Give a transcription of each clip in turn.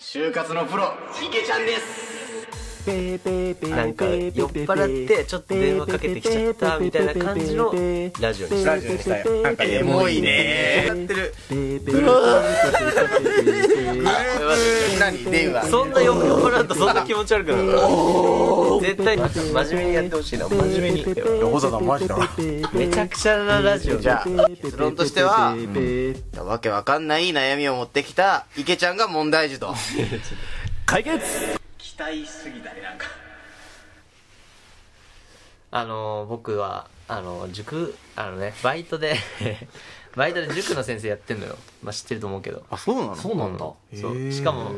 就活のプロひげちゃんですなんか酔っ払ってちょっと電話かけてきちゃったみたいな感じのラジオにしたラジオにしたよなんかエモいねやってる何電話そんな酔っ払うとそんな気持ち悪くなる絶対真面目にやってほしいな真面目に横澤さんマジだなめちゃくちゃなラジオじゃあ結論としては、えわけわかんない悩みを持ってきたいけちゃんが問題児と解決期待しすぎたねなんかあの僕はあの塾あのねバイトで バイトで塾の先生やってんのよ、まあ、知ってると思うけどあそうなのそうなんだそへうえしかも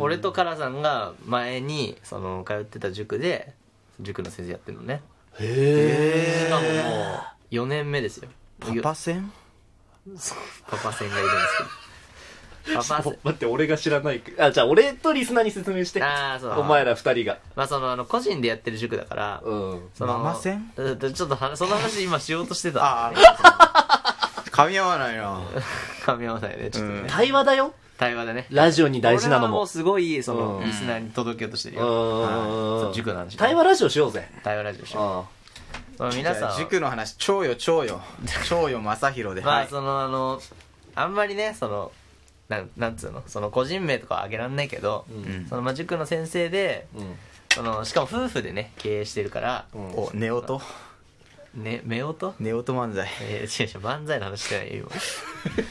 俺とカラさんが前にその通ってた塾で塾の先生やってるのねへえしかももう4年目ですよパパ戦パパ戦がいるんですけどパパ戦待って俺が知らないあじゃあ俺とリスナーに説明してああそうお前ら二人がまあそのあの個人でやってる塾だから、うんそのママ戦うんちょっとはその話今しようとしてたああ噛み合わないな噛み合わないねちょっとね、うん対話だよ対話でねラジオに大事なの俺はももうすごいその、うんリスナーに届けようとしてるうよ、んそう塾の話対話ラジオしようぜ対話ラジオしうよんうその皆さんは 塾の話超よ超よ超よ正弘で、まはあいそのあのあんまりねそのなんなんつうのその個人名とかは挙げらんないけど、んそのまあ塾の先生でうんそのしかも夫婦でね経営してるから、お寝音ね目音寝音漫才えー、違う違う漫才の話してないよ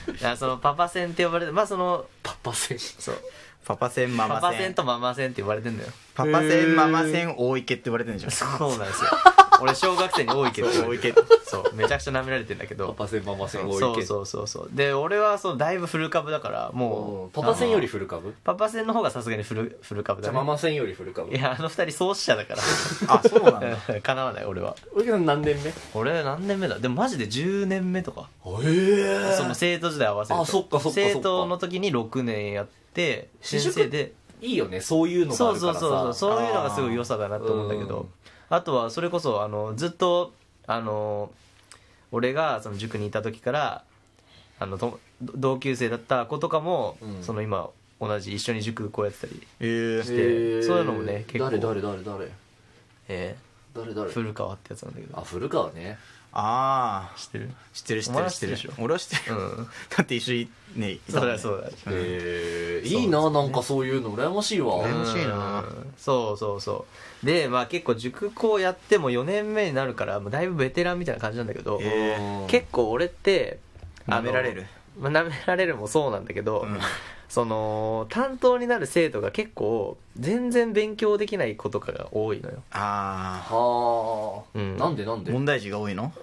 今だからそのパパ戦って呼ばれてまあそのパパ戦そうパパ戦マパマパ戦戦とママ戦って呼ばれてんだよパパ戦ママ戦大池って言われてるんじゃん そうなんですよ俺小学生に多いけどそう多いけどそうめちゃくちゃ舐められてんだけパどパ戦ママ戦そうそうそうそうで俺はそうだいぶ古株だからうもんうパパ戦よりあの古株パパ戦の方がさすがに古古株じだゃあねママ戦より古株いやあの二人創始者だか あそうなんだらかなわない俺は俺が何年目俺何年目だでもマジで10年目とかえその生徒時代合わせるとあそっかそっかそっか生徒の時に6年やって先生でいいよねそういうのがそあうるかそうらそさうそうそういうのがすごい良さだなと思うんだけうんどあとはそれこそあのずっとあの俺がその塾にいた時からあのと同級生だった子とかも、うんその今同じ一緒に塾こうやってたりえーしてそういうのもね結構誰誰誰誰え誰ー、誰古川ってやつなんだけあど古川ねああ知ってる知ってる知ってお前るは知ってる知ってるでし俺は知ってうる、んだって一緒にねいたそもうんねだそうだへえいいななんかそういうの羨ましいわ羨ましいなうんそうそうそうでまあ結構塾校やっても4年目になるからもうだいぶベテランみたいな感じなんだけど、えうん結構俺ってあの舐められるまあ舐められるもそうなんだけど、うんその担当になる生徒が結構全然勉強できない子とかが多いのよあはあ、うんなんでなんあで問題児が多いの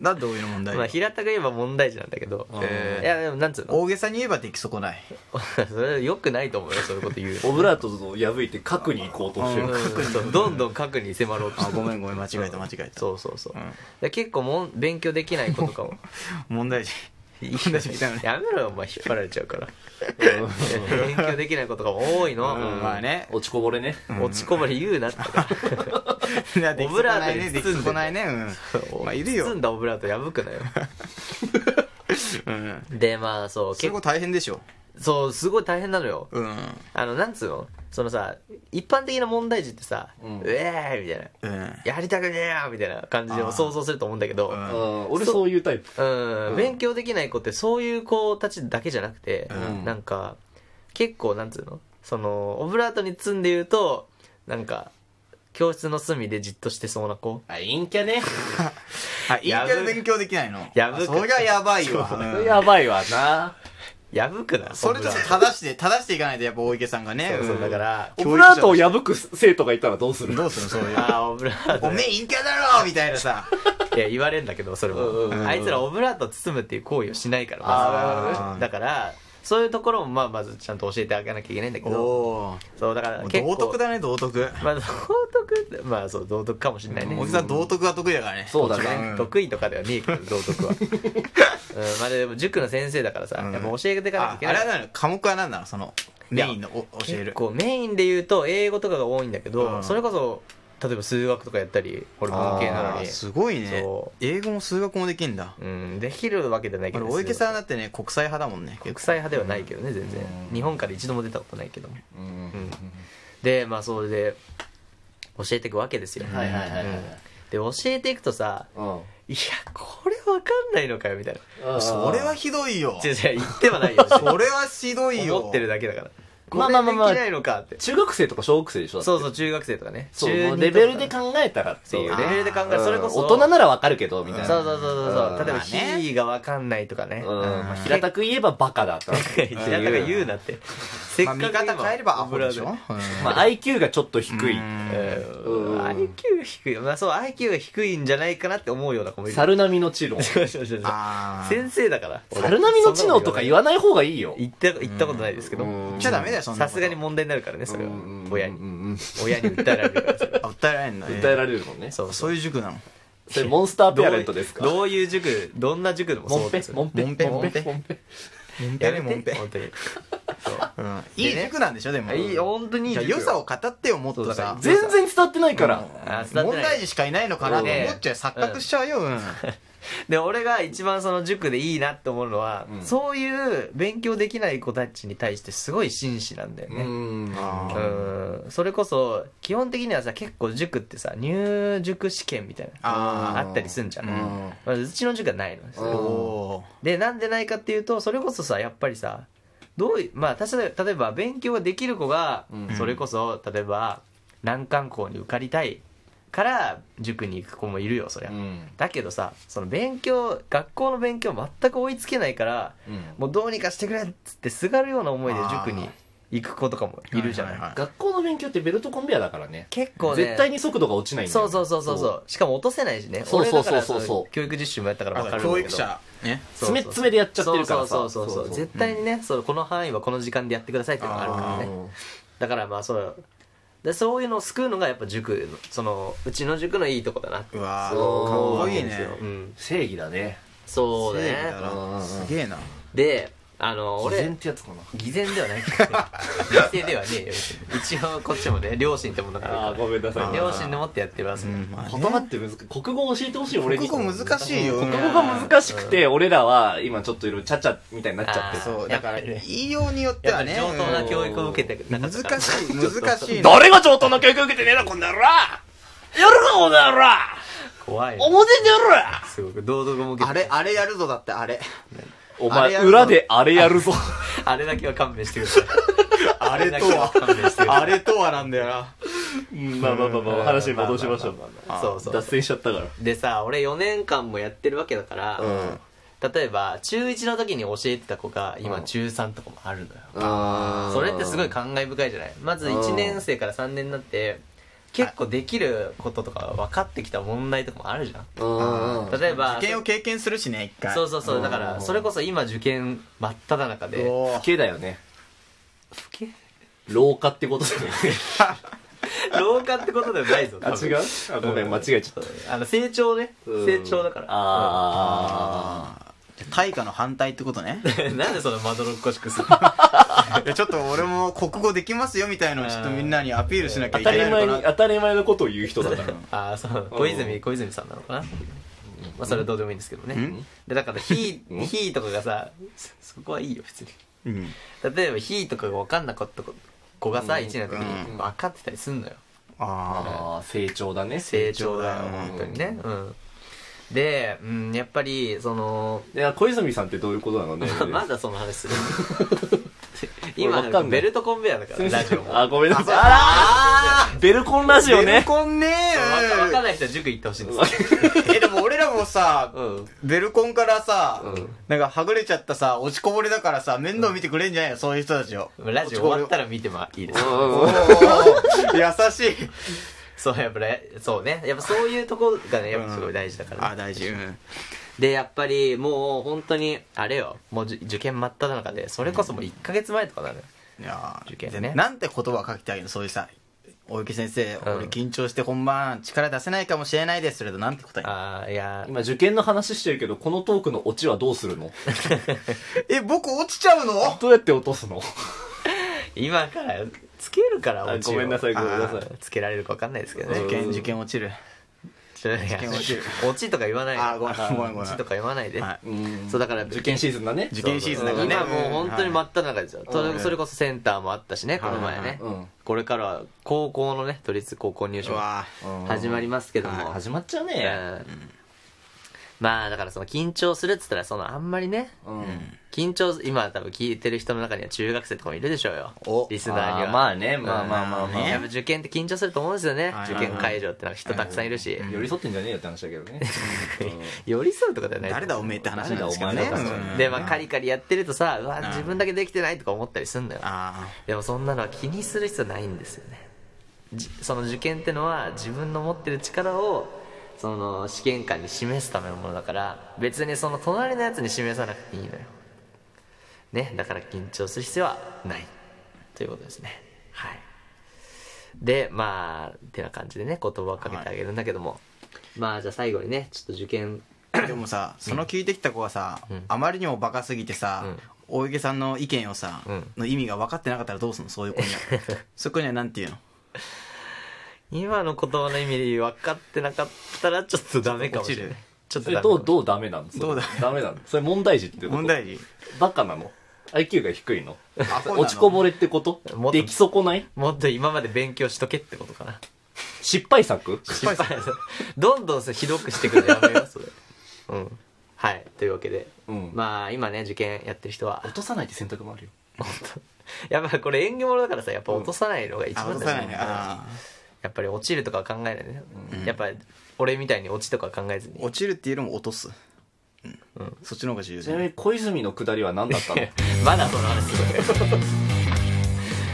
なんで多いの問題児、 まあ平たく言えば問題児なんだけど、えーいやでもなんつうの大げさに言えば出来損ない それよくないと思うよそういうこと 言うオブラートを破いて核に行こうとしてる、うんそうどんどん核に迫ろうとあしてごめんごめん間違えた間違えたそうそうそう、うんで結構もん勉強できない子と かも問題児問題児来たのね やめろよお前引っ張られちゃうから勉強できない子とかも多いの、うんまあね 落ちこぼれね落ちこぼれ言うなっていや出来オブ損ラなーいトねに出来包んで損ないねうんまあいるよ包んだオブラート破くなようんでまあそうそ結こ構大変でしょそうすごい大変なのようんあのなんつうのそのさ一般的な問題児ってさ「ううんえーい!」みたいなうん「やりたくねえよ!」みたいな感じであー想像すると思うんだけどううんん俺そういうタイプうん、うん勉強できない子ってそういう子たちだけじゃなくて、うんなんか結構なんつうのそのオブラートに包んで言うとなんか教室の隅でじっとしてそうな子あ陰キャねあ陰キャで勉強できないのやぶあそりゃやばいわうんやばいわな破くなそれちょっと正して正していかないとやっぱ大池さんがねそうそうだから教育者オブラートを破く生徒がいたらどうするどうするそういうああオブラートおめえ陰キャだろみたいな さいや言われんだけどそれも、うんうんうんあいつらオブラート包むっていう行為をしないからあーまずだからそういうところもまあまずちゃんと教えてあげなきゃいけないんだけおどおそうだから結構道徳だね道徳まあ道徳ってまあそう道徳かもしれないね、大木さん道徳が得意だからねそうだねん得意とかではねえけど道徳は、うん、まあでも塾の先生だからさ、うんやっぱ教えていかなきゃあいけあなれいはなの科目は何なのそのメインのお教え結る構メインで言うと英語とかが多いんだけど、うんそれこそ例えば数学とかやったり俺文系なのあーにすごいねそ英語も数学もできんだうんできるわけじゃないけ俺ど大池さんだってね国際派だもんね国際派ではないけどね全然日本から一度も出たことないけどもうんでまあそれで教えていくわけですよはいはいはいはいうんで教えていくとさうん「いやこれわかんないのかよ」 みたいなうんそれはひどいよ違う違う言ってはな いよそれはひどいよ思ってるだけだからまあまあまあまあこれできないのかって中学生とか小学生でしょだってそうそう中学生とかねそう中二もうとかレベルで考えたらっていうそねうレベルで考えうんそれこそ大人ならわかるけどみたいそなうそうそうそううんそう例えば「まあねひ」がわかんないとかねうんまあひ平たく言えばバカだった 平たく言うなってせっまあかく見今方変えればアホでしょまあ IQ がちょっと低いうんうん IQ が低いよなそう IQ が低いんじゃないかなって思うような子もい る猿並みの知能そうそうそうそうあ先生だから猿並みの知能とか言わない方がいいよ言った言ったことないですけどうん言っちゃダメだよそんなこさとすがに問題になるからねそれはうん親にうんうん親に訴えられるか らそれはあ訴えられんだ訴えられるもんねそうそういう塾なのそれモンスターペアレントですかどういう塾どんな塾でもモンペですよモンペモンペモンペモンペやめてモンペ本当にうんいい塾なんでしょでもいい本当にいいじゃあ塾良さを語ってよもっとだから全然伝わってないからあ伝わ問ってない題児しかいないのかなと思っちゃううん錯覚しちゃうようんで俺が一番その塾でいいなって思うのは、うんそういう勉強できない子たちに対してすごい紳士なんだようねんうあんそれこそ基本的にはさ結構塾ってさ入塾試験みたいなああったりすんじゃん、うんまあうちの塾はないのですおうんおでなんでないかっていうとそれこそさやっぱりさどういまあたし例えば勉強ができる子が、うんそれこそ例えば難関校に受かりたいから塾に行く子もいるよそりゃ、うんだけどさその勉強学校の勉強全く追いつけないから、うんもうどうにかしてくれっつってすがるような思いで塾に行く子とかもいるじゃない,、はいはいはい学校の勉強ってベルトコンベアだからね結構ね絶対に速度が落ちないんだそようそうそうそうそうしかも落とせないしねそうそうそうそう俺だからの教育実習もやったから分かるんだけど教育者ねそうそう爪爪でやっちゃってるからさそうそうそうそうそうそう絶対にね、そうこの範囲はこの時間でやってくださいっていうのがあるからねだからまあそうでそういうのを救うのがやっぱ塾のそのうちの塾のいいとこだなってうわーそうかっこいいそうなんですねようん正義だねそう正義ねだうんうんうなんすげえなであの俺俺ってやつかな偽善で はない偽善ではねえよ一応こっちもね両親ってものがあるかごめんなら両親でもってやってますから、まあね言葉って難しい国語教えてほしい俺に国語難しいよ国語が難しくて俺らは今ちょっといろいろちゃちゃみたいになっちゃってあーそうだからやっぱりね言いようによってやはっぱりね上等な教育を受けてなか難ったからしい難しい な誰が上等な教育受けてねえなこんなやろやるなこんなやろ怖いね表でやろすごく道徳も受けてあれあれやるぞだってあれおあ前れやるぞ裏であれやるぞあれだけは勘弁してくださいあれと あれだけは勘弁してくだはさいあれとはなんだよなうんまあまあまあまあ話に戻しましょうまあまあまあまあそうそ脱う線しちゃったからでさ俺4年間もやってるわけだから、例えば中1の時に教えてた子が今中3とかもあるのよ、あそれってすごい感慨深いじゃないまず1年生から3年になって結構できることとか分かってきた問題とかもあるじゃんうん例えば受験を経験するしね一回そうそうそうだからそれこそ今受験真っ只中おで老ーけだよね不景老化ってことだよね 老化ってことではないぞあ多分違うあごめん間違えちゃったあの成長ねうん成長だからあ対価の反対ってことねうん なんでそのまどろっこしくす るいやちょっと俺も国語できますよみたいのをちょっとみんなにアピールしなきゃあい当たけりない前のかにな当たり前のことを言う人だからああそう小泉小泉さんなのかなまあそれはどうでもいいんですけどねでだから「ひ」「ひ」とかがさそそこはいいよ別にうん例えば「ひ」とかが分かんなかった子子がさ1年の時に分かってたりすんのよあ ああ成長だね成長だよ本当にねうんで、うん、やっぱり そのいや小泉さんってどういうこと なのねまだその話す る今わかんないベルトコンベヤーだからラジオもあごめんなさいあ あベルコンラジあオベルねコンね分かんない人は塾行ってほしいんですよえでも俺らもさうんベルコンからさ、うんなんかはぐれちゃったさ落ちこぼれだからさ面倒見てくれんじゃないのそういう人たちをラジオ終わったらら見てもいいですおー優しいそうやっぱりそうねやっぱそういうとこがねやっぱすごい大事だから、あ大事うんでやっぱりもう本当にあれよもうじ受験真っ只中でそれこそもう1ヶ月前とかなのよいやー受験ねなんて言葉書きてあげるのそういうさ大池先生、ん俺緊張して本番力出せないかもしれないですけれどなんて答えああいや今受験の話してるけどこのトークのオ チはどうするのえ僕落ちちゃうのどうやって落とすの今からつけるからあ落ちごめんなさいごめんなさいつけられるか分かんないですけどね受験受験落ちるちょいや験落ちる落ちとか言わないであごめんごめんごめん落ちとか言わないで、はうんそうだから 受験シーズンだね受験シーズンだからね今もう本当に真っ只中ですよ、そうんれそれこそセンターもあったしねこの前ね、うんこれからは高校のね都立高校入試うもわうん始まりますけども、始まっちゃううねんまあだからその緊張するっつったらそのあんまりねうん緊張今多分聞いてる人の中には中学生とかもいるでしょうよおリスナーにあはーまあねまあまあまあまねやっぱ受験って緊張すると思うんですよね、はい受験会場ってなんか人たくさんいるし、あ寄り添ってんじゃねえよって話だけど ね 寄り添うとかじゃない誰だおめえって話なんですけど誰ねだお前だうんで、まあ、カリカリやってるとさうわん自分だけできてないとか思ったりすんだよあでもそんなのは気にする必要ないんですよねじその受験ってのは自分の持ってる力をその試験官に示すためのものだから別にその隣のやつに示さなくていいのよねだから緊張する必要はないということですねはいでまあてな感じでね言葉をかけてあげるんだけども、まあじゃあ最後にねちょっと受験あでもさその聞いてきた子はさあまりにもバカすぎてさうん大池さんの意見をさうんの意味が分かってなかったらどうすんのそういう子には そういう子にはなんて言うの今の言葉の意味で分かってなかったらちょっとダメかもしれないちょっそとれダメどうどうダメなのそれどうダメダメなのそれ問題児ってこと問題児バカなの ?IQ が低いのそうなの落ちこぼれってこともっと出来損ないもっと今まで勉強しとけってことかな失敗作失敗するどんどんそれひどくしてくるのやめようそれうんはいというわけで、うんまあ今ね受験やってる人は落とさないって選択もあるよ。本当やっぱこれ縁起物だからさやっぱ落とさないのが一あ番落とださよないねねあやっぱり落ちるとかは考えないね、やっぱ俺みたいに落ちとかは考えずーに落ちる っていうよりも落とすうんそっちの方が重要ちじゃなみんに小泉の下りは何だったのまだその話する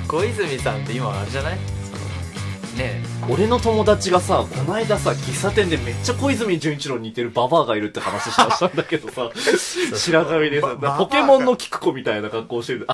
小泉さんって今あれじゃないそのね 俺の友達がさ、この間さ、喫茶店でめっちゃ小泉純一郎に似てるババアがいる って話したしたんだけどさ、白髪でさババ、アポケモンのキクコみたいな格好してる。